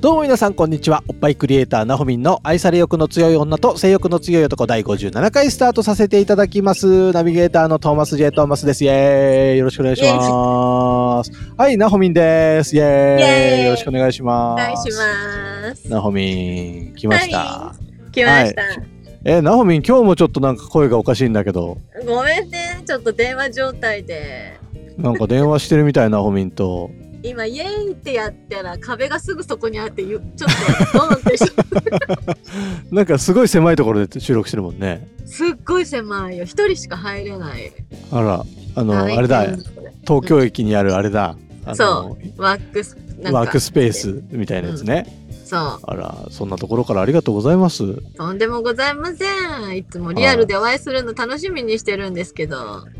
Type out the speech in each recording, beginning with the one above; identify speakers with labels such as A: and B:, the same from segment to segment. A: どうも皆さんこんにちはおっぱいクリエイターなほみんの愛され欲の強い女と性欲の強い男第57回スタートさせていただきますナビゲーターのトーマス J トーマスですイエーイよろしくお願いしますはいなほみんですイエーイ
B: イエーイ
A: よろしくお願いし
B: お
A: ま
B: 願い
A: す
B: します。
A: なほみん来ました、
B: は来ました、
A: えなほみん今日もちょっとなんか声がおかしいんだけど
B: ごめんね、ちょっと電話状態で。
A: なんか電話してるみたいなほみんと
B: 今、イエーイってやったら壁がすぐそこにあって、ゆ ちょっとドーンってし
A: なんかすごい狭いところで収録してるもんね
B: すっごい狭いよ。一人しか入れない。
A: あらあの
B: 大変
A: あれだ
B: これ
A: 東京駅にあるあれだあの
B: そワークス、なんか
A: ワークスペースみたいなやつね、
B: そ
A: あらそんなところからありがとうございます
B: う。とんでもございません。いつもリアルでお会いするの楽しみにしてるんですけど、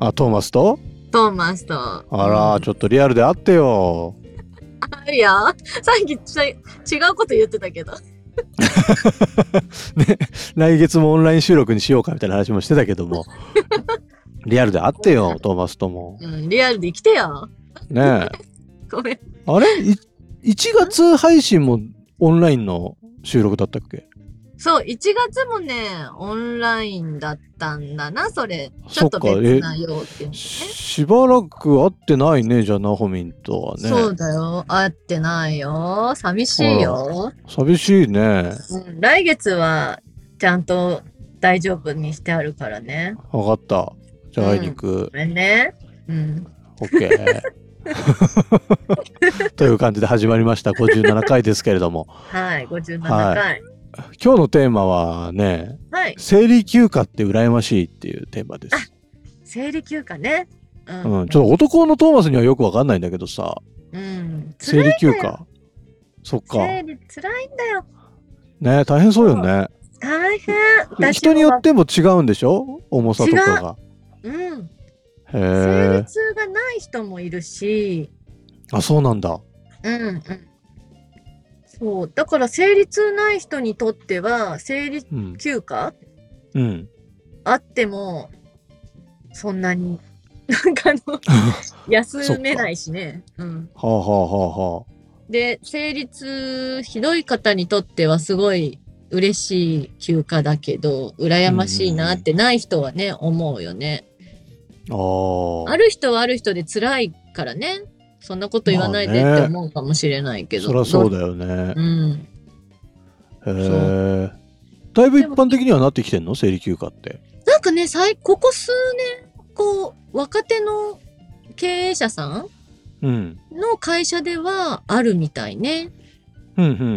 A: あトーマスと
B: トーマスと。
A: あら、
B: うん
A: ちょっとリアルで会ってよ
B: あいや、さっきちょ違うこと言ってたけど。
A: 来月もオンライン収録にしようかみたいな話もしてたけど もリアルで会ってよトーマスとも
B: うん、リアルで来てよ。
A: ねえ
B: ごめん。
A: あれい1月配信もオンラインの収録だったっけ
B: そう、1月もね、オンラインだったんだな、それ。ち
A: そ
B: ょ
A: っ
B: っ
A: か
B: と別な用っていうのね。
A: ししばらく会ってないねじゃあナホミンとはね
B: そうだよ。会ってないよ。寂しいよ。
A: 寂しいね
B: うん来月は、ちゃんと大丈夫にしてあるからね。
A: 分かったじゃあ会いに行く、
B: ごめんね。うん。
A: オッケ ー。という感じで始まりました57回ですけれども
B: はい、57
A: は
B: 回。
A: い
B: はい。
A: 今日のテーマはね生理休暇って羨ましいっていうテーマです、
B: 生理休暇ね。う
A: うん、ちょっと男のトーマスにはよくわかんないんだけどさ
B: うん。
A: 生
B: 辛い
A: 理休暇そっか
B: 生理辛いんだよ。
A: ね大変そうよね
B: 大変。私
A: 人によ
B: は
A: っても違うんでしょ重さとか
B: うん。
A: が
B: 生
A: へえ
B: 理痛がない人もいるし、
A: あそうなんだ
B: うんうん。そう。だから生理痛ない人にとっては、生理
A: うん
B: 休暇
A: うん
B: あっても、そんなに、なんかあ の、休めないしね。うん。
A: はあはあはあは
B: で、生理痛ひどい方にとってはすごい嬉しい休暇だけど、羨ましいなってない人はね、思うよね。
A: ああー
B: ある人はある人で辛いからね。そんなこと言わないでっ
A: まあね
B: て思うかもしれないけど。
A: そりゃそう
B: だ。
A: だよね
B: うん。
A: へえだいぶ一般的にはなってきてんの生理休暇って
B: なんかね、最ここ数年、こう、若手の経営者さん
A: うん
B: の会社ではあるみたいね。
A: うんうんうん
B: うんう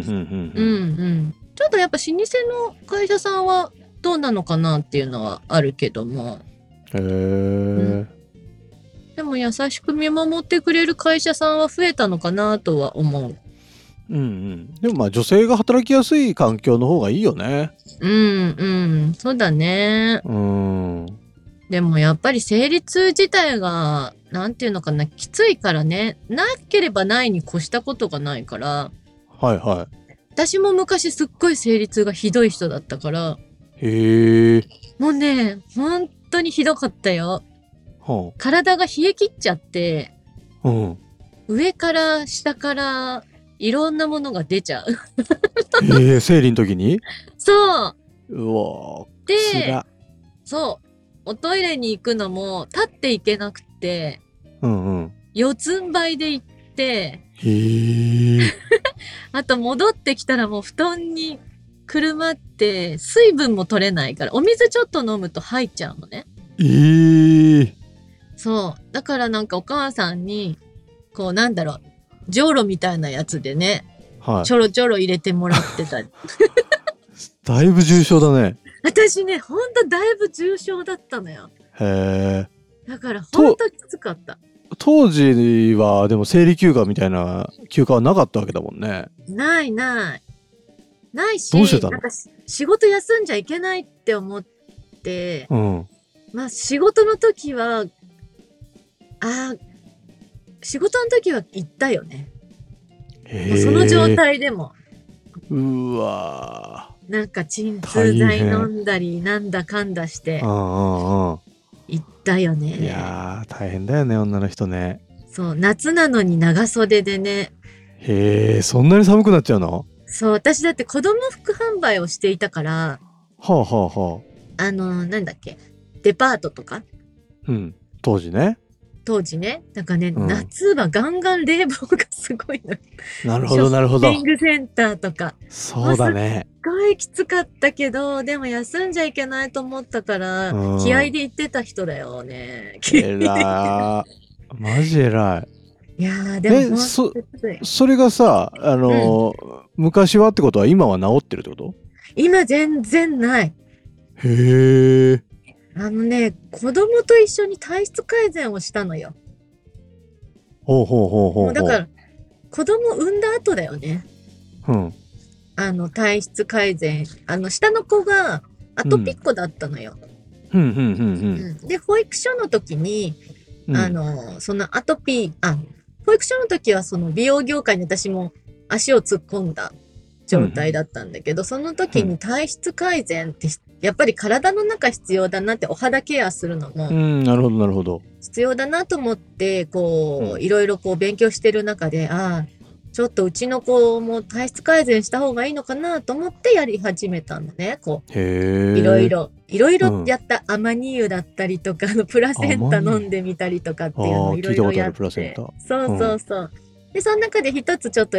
B: ん。ちょっとやっぱ老舗の会社さんはどうなのかなっていうのはあるけども。
A: うん。へえ。
B: でも優しく見守ってくれる会社さんは増えたのかなとは思う。
A: うんうん。でもまあ女性が働きやすい環境の方がいいよね。
B: うんうん。そうだね。
A: うん。
B: でもやっぱり生理痛自体が、なんていうのかな、きついからね。なければないに越したことがないから。
A: はいは
B: 私も昔すっごい生理痛がひどい人だったから、
A: い。へえ。
B: もうね、本当にひどかったよ。
A: は
B: 体が冷え切っちゃって、
A: あ。うん。
B: 上から下からいろんなものが出ちゃう。
A: ええ、生理の時に。
B: そう
A: うわー。つ
B: で、
A: ら。
B: そう。おトイレに行くのも立って行けなくて、
A: うんうん。
B: 四つん這いで行って、
A: へえ。
B: あと戻ってきたらもう布団にくるまって、水分も取れないから、お水ちょっと飲むと吐いちゃうのね。
A: ええ。
B: そう。だからなんかお母さんに、こうなんだろう、じょうろみたいなやつでね、
A: は
B: ちょろちょろ入れてもらって た。
A: い。だいぶ重症だね。
B: 私ね、ほんとだいぶ重症だったのよ。
A: へえ。
B: だからほんときつかった。
A: 当時はでも生理休暇みたいな休暇はなかったわけだもんね
B: ないない。ないし、
A: どうしてたの
B: なんかし仕事休んじゃいけないって思って、
A: うん
B: まあ仕事の時は、ああ、仕事の時は行ったよね。もうその状態でも、
A: うーわ
B: なんか鎮
A: 大
B: 痛剤
A: 変
B: 飲んだり、なんだかんだして
A: ーうんうん
B: 行ったよ
A: うんい
B: ね。
A: やー大変だよね女の人ね
B: そう、夏なのに長袖でね、
A: へえそんなに寒くなっちゃうの
B: そう、私だって子供服販売をしていたから、
A: はあはあはあ
B: あの、なんだっけ、デパートとか
A: うん当時ね
B: 当時ね、なんかね、
A: うん
B: 夏はガンガン冷房がすごいの。
A: なるほどなるほ
B: ショ
A: ど
B: ッピングセンターとか。
A: そうだね
B: すごいきつかったけど、でも休んじゃいけないと思ったから
A: うん、
B: 気合で行ってた人だよね。
A: えらーマジえらい
B: いやー、でも
A: えそ
B: 本当にきつい、
A: それがさあのー、昔はってことは今は治ってるってこと
B: 今全然ない。
A: へえ
B: あのね、子供と一緒に体質改善をしたのよ。
A: ほうほうほうほうほう
B: だから、子供産んだ後だよね。
A: うん
B: あの、体質改善。あの、下の子がアトピッコだったのよ。
A: うんうんうん
B: うんで、保育所の時に、
A: うん
B: あの、そのアトピー、あ、保育所の時はその美容業界に私も足を突っ込んだ状態だったんだけど、その時に体質改善ってひ、やっぱり体の中必要だなって、お肌ケアするの
A: う
B: も
A: んなるほどなるほど
B: 必要だなと思って、こ
A: う
B: う、
A: ん
B: いろいろこう勉強してる中で、ああ、ちょっとうちの子も体質改善した方がいいのかなと思ってやり始めたのね、こう。
A: へえ
B: いろいろ、いろいろ
A: うん
B: やった、アマニ油だったりとか、あのプラセンタ飲んでみたりとかっていうの
A: あ
B: を
A: ー
B: いろいろ
A: 聞いたことあ
B: や
A: る
B: って。
A: プラセンタ
B: そうそうそう。で、その中で一つちょっと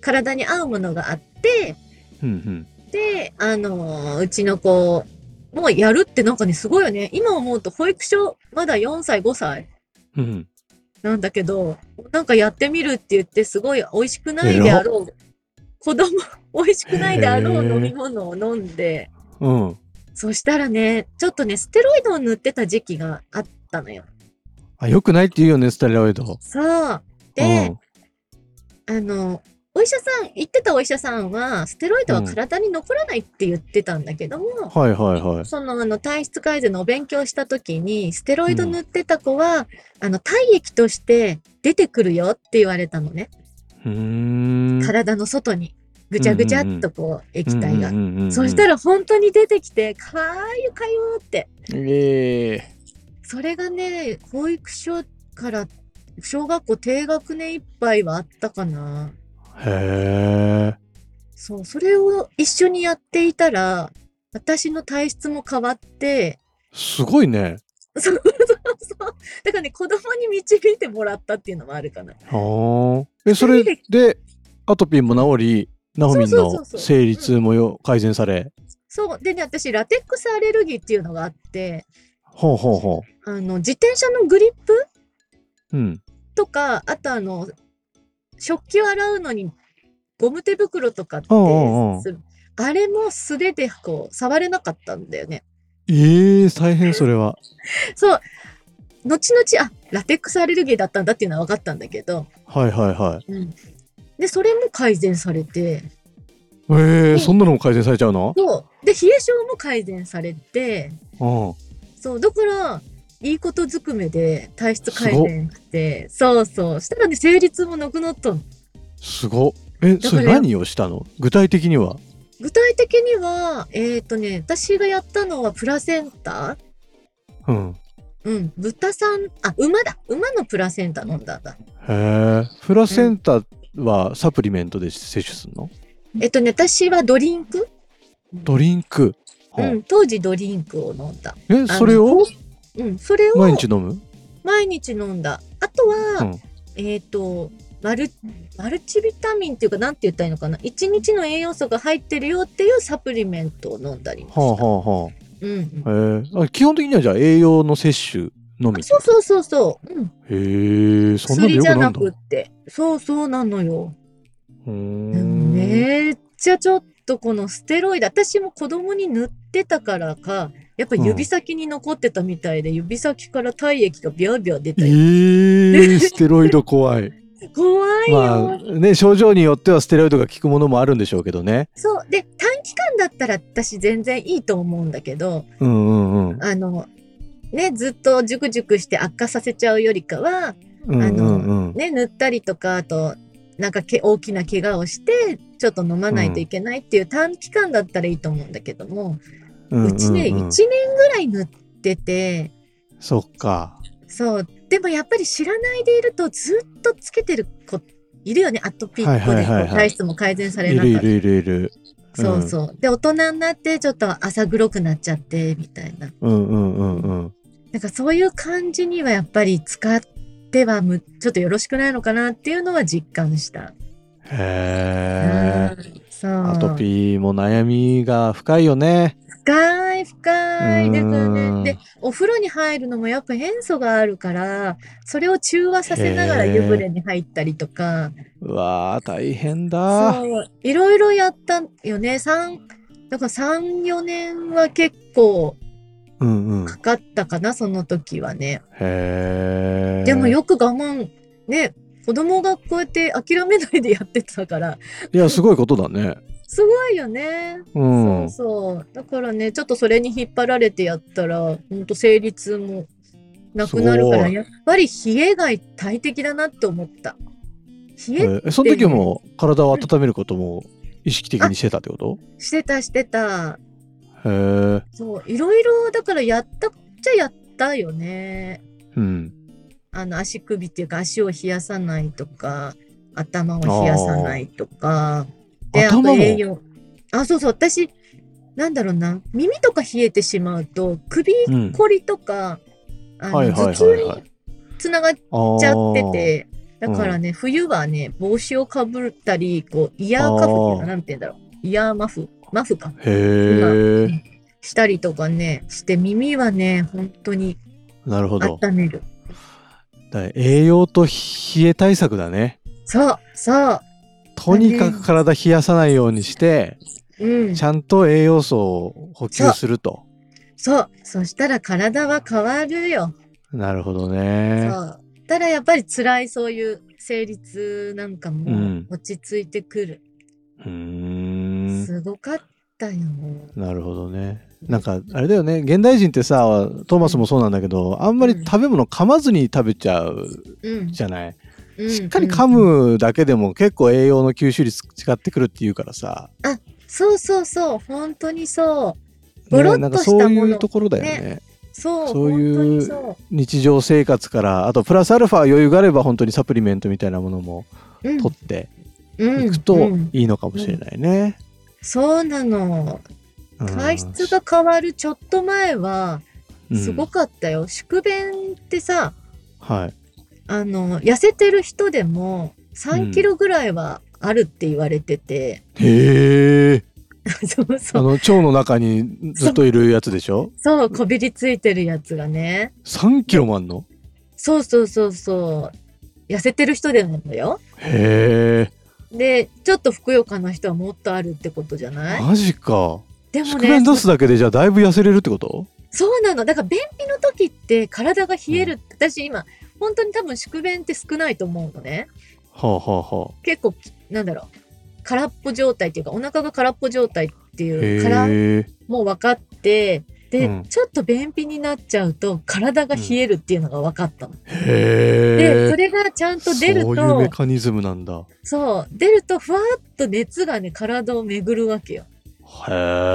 B: 体に合うものがあって、
A: うんうん
B: で、あのーうちの子、もうやるってなんかね、すごいよね。今思うと保育所、まだ4歳、5歳
A: うん
B: なんだけど、なんかやってみるって言って、すごい美味しくないであろう。子供、 美味しくないであろう飲み物を飲んで、
A: うん
B: そしたらね、ちょっとね、ステロイドを塗ってた時期があったのよ。
A: あよくないって言うよねステロイド
B: そう。
A: う
B: で、あの、お医者さん、行ってたお医者さんは、ステロイドは体に残らないって言ってたんだけども、
A: はいはいはい
B: そのあの体質改善のお勉強した時に、ステロイド塗ってた子は、あの体液として出てくるよって言われたのね。
A: うーん
B: 体の外に、ぐちゃぐちゃっとこう、液体が。そし
A: ら
B: たら本当に出てきて、かわいいかよって。
A: ええ
B: それがね、保育所から小学校低学年いっぱいはあったかな。
A: へえ
B: そう、それを一緒にやっていたら、私の体質も変わって、
A: すごいね
B: そうそうそう。だからね、子供に導いてもらったっていうのもあるかな。
A: あーえそれでアトピーも治りナホミン
B: そうそうそ
A: の
B: うそう
A: 生理痛もよ改善され
B: そう。でね、私、ラテックスアレルギーっていうのがあって、
A: ほうほうほ
B: あの、自転車のグリップ
A: ううん
B: とか、あとあの、食器を洗うのにゴム手袋とかってする。
A: うんうんうん
B: あれも素手でこう、触れなかったんだよね。
A: ええ大変それは
B: そう。後々、あ、ラテックスアレルギーだったんだっていうのは分かったんだけど、
A: はいはいはい
B: で、それも改善されて、
A: ええそんなのも改善されちゃうの
B: そう。で、冷え性も改善されて、
A: うん
B: そう。だから、いいことずくめで体質改善して、そうそう。したらね、生理痛もなくなったの。
A: すごっえ
B: だ
A: そ
B: から
A: れ何をしたの具体的には
B: 具体的には、えっ、とね、私がやったのはプラセンタ
A: うん
B: うん。豚さん、あ、馬だ。馬のプラセンタ飲んだんだ。
A: へえプラセンタはサプリメントで摂取するの
B: えっとね、私はドリンク
A: ドリンク、
B: う
A: は
B: ん。当時ドリンクを飲んだ。
A: あえそれを
B: うん。それを、
A: 毎日飲む
B: 毎日飲んだ。あと
A: う
B: は、
A: ん
B: えっ、と、マル、マルチビタミンっていうか、なんて言ったらいいのかな。一日の栄養素が入ってるよっていうサプリメントを飲んだりもした。
A: はあはあはあ
B: うんうん。
A: へえあ基本的にはじゃあ栄養の摂取のみ
B: そうそうそうそう。うん。
A: へえそんなの
B: 薬
A: よく
B: じゃ
A: なん
B: な
A: だ
B: くって。そうそうなのよ。
A: うーん
B: めっちゃちょっとこのステロイド、私も子供に塗ってたからか、やっぱ指先に残ってたみたいで、指先から体液がビャービャー出
A: え
B: たよ。
A: ー、ステロイド怖い。
B: 怖いよ、
A: まあね、症状によってはステロイドが効くものもあるんでしょうけどね。
B: そう。で、短期間だったら私全然いいと思うんだけど、
A: うんうんうん。
B: あの、ね、ずっとジュクジュクして悪化させちゃうよりかは、
A: うんうんうん。
B: ね、塗ったりとか、あと、なんかけ大きな怪我をして、ちょっと飲まないといけないっていう短期間だったらいいと思うんだけども、
A: うん
B: うちね、
A: ん
B: 1
A: ん
B: 年ぐらい塗ってて、
A: そっか。
B: そう、でもやっぱり知らないでいるとずっとつけてる子いるよね、アトピーっ子
A: はい
B: で、
A: はいはいはい
B: こう体質も改善され
A: い
B: なか
A: る
B: っ
A: い
B: た
A: る。いるいる。
B: そうそう。で、大人になってちょっと朝黒くなっちゃって、みたいな。
A: うんうんうんうん。
B: なんかそういう感じにはやっぱり使ってはむ、ちょっとよろしくないのかなっていうのは実感した。
A: へえ。
B: うんそう。
A: アトピーも悩みが深いよね。
B: 深い深い。だから
A: うん
B: ね。で、お風呂に入るのもやっぱ塩素があるから、それを中和させながら湯船に入ったりとか、
A: うわー、大変だ。
B: そう。いろいろやったよね。三だから3、4年は結構
A: うんうん。
B: かかったかな、その時はね。
A: へえ。
B: でもよく我慢、ね、子供がこうやって諦めないでやってたから、
A: いや、すごいことだね。
B: すごいよね。
A: うん。
B: そうそう。だからね、ちょっとそれに引っ張られてやったら、ほんと生理痛もなくなる
A: す
B: か
A: ご
B: ら、
A: い
B: やっぱり冷えが大敵だなって思った。冷え
A: えその時も体を温めることも意識的にしてたってこと
B: してたしてた。
A: へえ。
B: そう、いろいろ、だからやったっちゃやったよね。
A: うん。
B: あの、足首っていうか足を冷やさないとか、頭を冷やさないとか。で、あ
A: 頭
B: と
A: も
B: 栄養。あ、そうそう、私、なんだろうな、耳とか冷えてしまうと、首
A: うん。
B: こりとか、あの、
A: はいはい
B: 頭
A: は
B: 痛
A: いは
B: に
A: い。
B: つながっちゃってて、だ
A: ー
B: からね、冬はね、帽子をかぶったり、こう、イヤーカフっていう
A: あー
B: か、なんて言うんだろう、イヤーマフ、マフか、
A: あー。へえ。
B: したりとかね、して、耳はね、本当に
A: なるほど。
B: 温める。
A: だから栄養と冷え対策だね。
B: そう、そう、
A: とにかく体冷やさないようにして、
B: うん
A: ち、ゃんと栄養素を補給すると。
B: そう、そしたら体は変わるよ。
A: なるほど
B: そ
A: ね。
B: う。ただやっぱり辛いそういう生理痛なんか
A: う
B: も
A: ん
B: 落ち着いてくる。
A: うーん。
B: すごかったよ。
A: なるほどね。なんかあれだよね現代人ってさトーマスもそうなんだけどあんまり食べ物噛まずに食べちゃう
B: うん。
A: じゃない、
B: うん
A: しっかり噛。むだけでも結構栄養の吸収率違ってくるっていうからさ、
B: そうそうそう、本当にそう。
A: ね
B: ゴロッと
A: なんかそう
B: したも
A: い
B: の
A: うところだよね
B: そう、
A: そういう
B: 本当にそ
A: 日常生活からあとプラスアルファ余裕があれば本当にサプリメントみたいなものも
B: う。うん
A: 取って
B: うん
A: いくといいのかもしれないね。
B: そうなの。
A: うん
B: 体質が変わるちょっと前は、すご
A: く、
B: かったよ。宿便ってさ、
A: うんはい
B: あの、痩せてる人でも3キロぐらいはあるって言われてて、
A: へえ
B: そう
A: あ
B: そう、
A: の腸の中にずっといるやつでしょ
B: そう、こびりついてるやつがね。
A: 3キロもあんの
B: そうそうそうそう。痩せてる人でもよ。
A: へえ
B: で、ちょっとふくよかな人はもっとあるってことじゃない
A: マジか
B: でも
A: 宿
B: ね
A: 便、出すだけでじゃあだいぶ痩せれるってこと
B: そうなの。だから便秘の時って体が冷える。私今、本当に多分宿便って少ないと思うのね。
A: はあはあはあ
B: 結構、なんだろう。空っぽ状態っていうか、お腹が空っぽ状態っていうから、
A: へえ
B: もう分かって、で、
A: うん
B: ちょっと便秘になっちゃうと、体が冷えるっていうのが分かったの。で、
A: へ
B: そ
A: え
B: れがちゃんと出る
A: そういうメ
B: と、
A: カニズムなんだ
B: そう、出ると、ふわっと熱がね、体を巡るわけよ。
A: へえ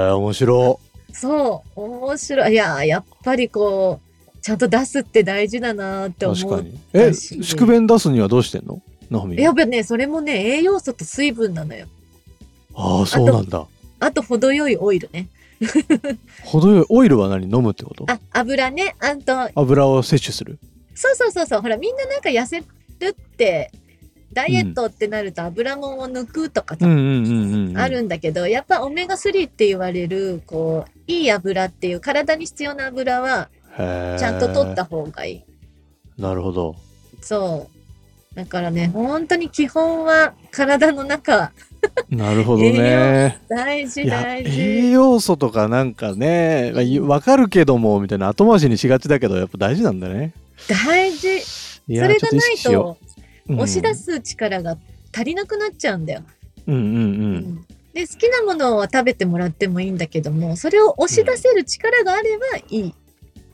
A: 面白
B: そう、面白い。いやー、やっぱりこう、ちゃんと出すって大事だなーって思
A: 確か
B: う。
A: にえ
B: し
A: 宿便出すにはどうしてんのナホミン
B: やっぱね、それもね、栄養素と水分なのよ。
A: ああそうなんだ
B: あと、程よいオイルね。
A: 程よいオイルは何飲むってこと
B: あ、油ね。あんと、
A: 油を摂取する
B: そうそうそうそう。ほら、みんななんか痩せるって、ダイエットってなると油もんを抜くとか
A: う
B: さ、
A: んうんうんうんうん
B: あるんだけど、やっぱオメガ3って言われる、こう、いい油っていう、体に必要な油は、
A: へー
B: ちゃんと取った方がいい。
A: なるほど
B: そう。だからね、本当に基本は体の中
A: なるほどね。
B: 大事
A: いや
B: 大
A: 栄
B: 事。
A: 養素とかなんかねわかるけどもみたいな後回しにしがちだけどやっぱ大事なんだね。
B: 大事。そ
A: いや
B: れが
A: ちょっ意
B: ない
A: 識しよ
B: と
A: ううん
B: 押し出す力が足りなくなっちゃうんだよ。
A: うんうんう
B: うんんで好きなものは食べてもらってもいいんだけどもそれを押し出せる力があればいい。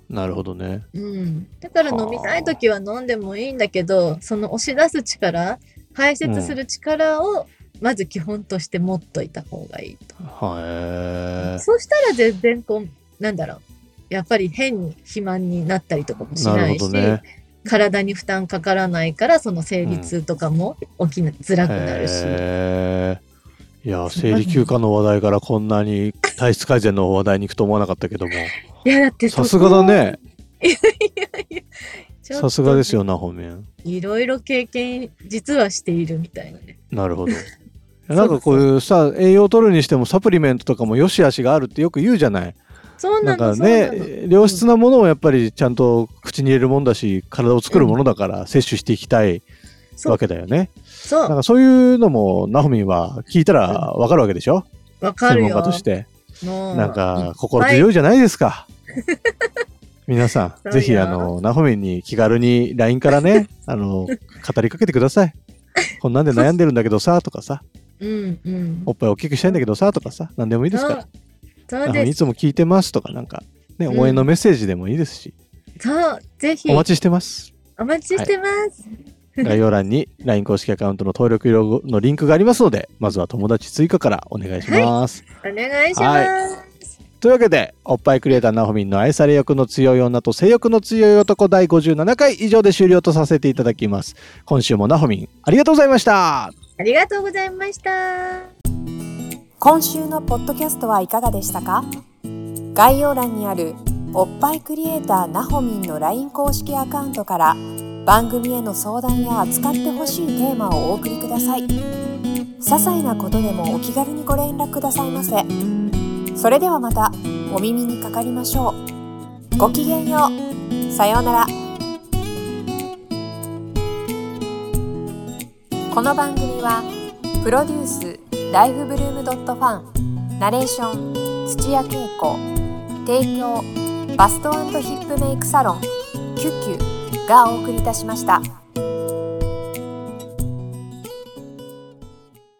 A: なるほどね。
B: うん、だから飲みたい時は飲んでもいいんだけどその押し出す力排泄する力をまず基本として持っといた方がいいと。
A: は
B: そうしたら全然こうなんだろうやっぱり変に肥満になったりとかも
A: い。
B: し
A: な
B: な
A: る
B: い
A: ほど
B: し、
A: ね。
B: 体に負担かからないからその生理痛とかも起きづらくなるし、
A: へーいや生理休暇の話題からこんなに体質改善の話題に行くと思わなかったけ ども
B: いやだってそこ
A: さすがだね
B: ちょっと
A: さすがですよなほめん
B: いろいろ経験実はしているみたいなね
A: なるほ どいやなんかこういうさ栄養取るにしてもサプリメントとかも良し悪しがあるってよく言うじゃない
B: そう
A: な
B: なんの
A: か
B: そうなの
A: ね良質なものをやっぱりちゃんと口に入れるもんだし体を作るものだから摂取していきたい
B: そ
A: わ
B: う
A: けだよね
B: そ
A: なん
B: う
A: かそういうのもなほみんは聞いたらわかるわけでしょ
B: わか
A: 専
B: る
A: 門
B: よ
A: 家として
B: もう
A: なんか心強いじゃないですか。 皆さ
B: そ
A: ん、
B: う
A: ぜ
B: よ
A: ひあの、ナホミンに気軽に LINE から ね、あの、語りかけてください。こんなんで悩んでるんだけどさ、とかさ、
B: うんうん
A: おっぱい大きくしたいんだけどさ、とかさ、なんでもいいですから。
B: そう
A: ナ
B: そう
A: ホミン
B: で
A: い
B: す
A: つも聞いてますとか、なんか、ね、
B: うん
A: 応援のメッセージでもいいですし、
B: そうぜひ
A: お待ちしてます。
B: お待ちしてます、
A: 概要欄に LINE 公式アカウントの登録のリンクがありますので、まずは友達追加からお願いします。
B: お願いします、
A: というわけでおっぱいクリエイターなほみんの愛され欲の強い女と性欲の強い男第57回以上で終了とさせていただきます今週もなほみんありがとうございました
B: ありがとうございました
C: 今週のポッドキャストはいかがでしたか概要欄にあるおっぱいクリエイターなほみんの LINE 公式アカウントから番組への相談や扱ってほしいテーマをお送りください些細なことでもお気軽にご連絡くださいませそれではまたお耳にかかりましょうごきげんようさようならこの番組は「プロデュースライフブルームドットファンナレーション土屋恵子提供バストヒップメイクサロン「キュッキュ」がお送りいたしました。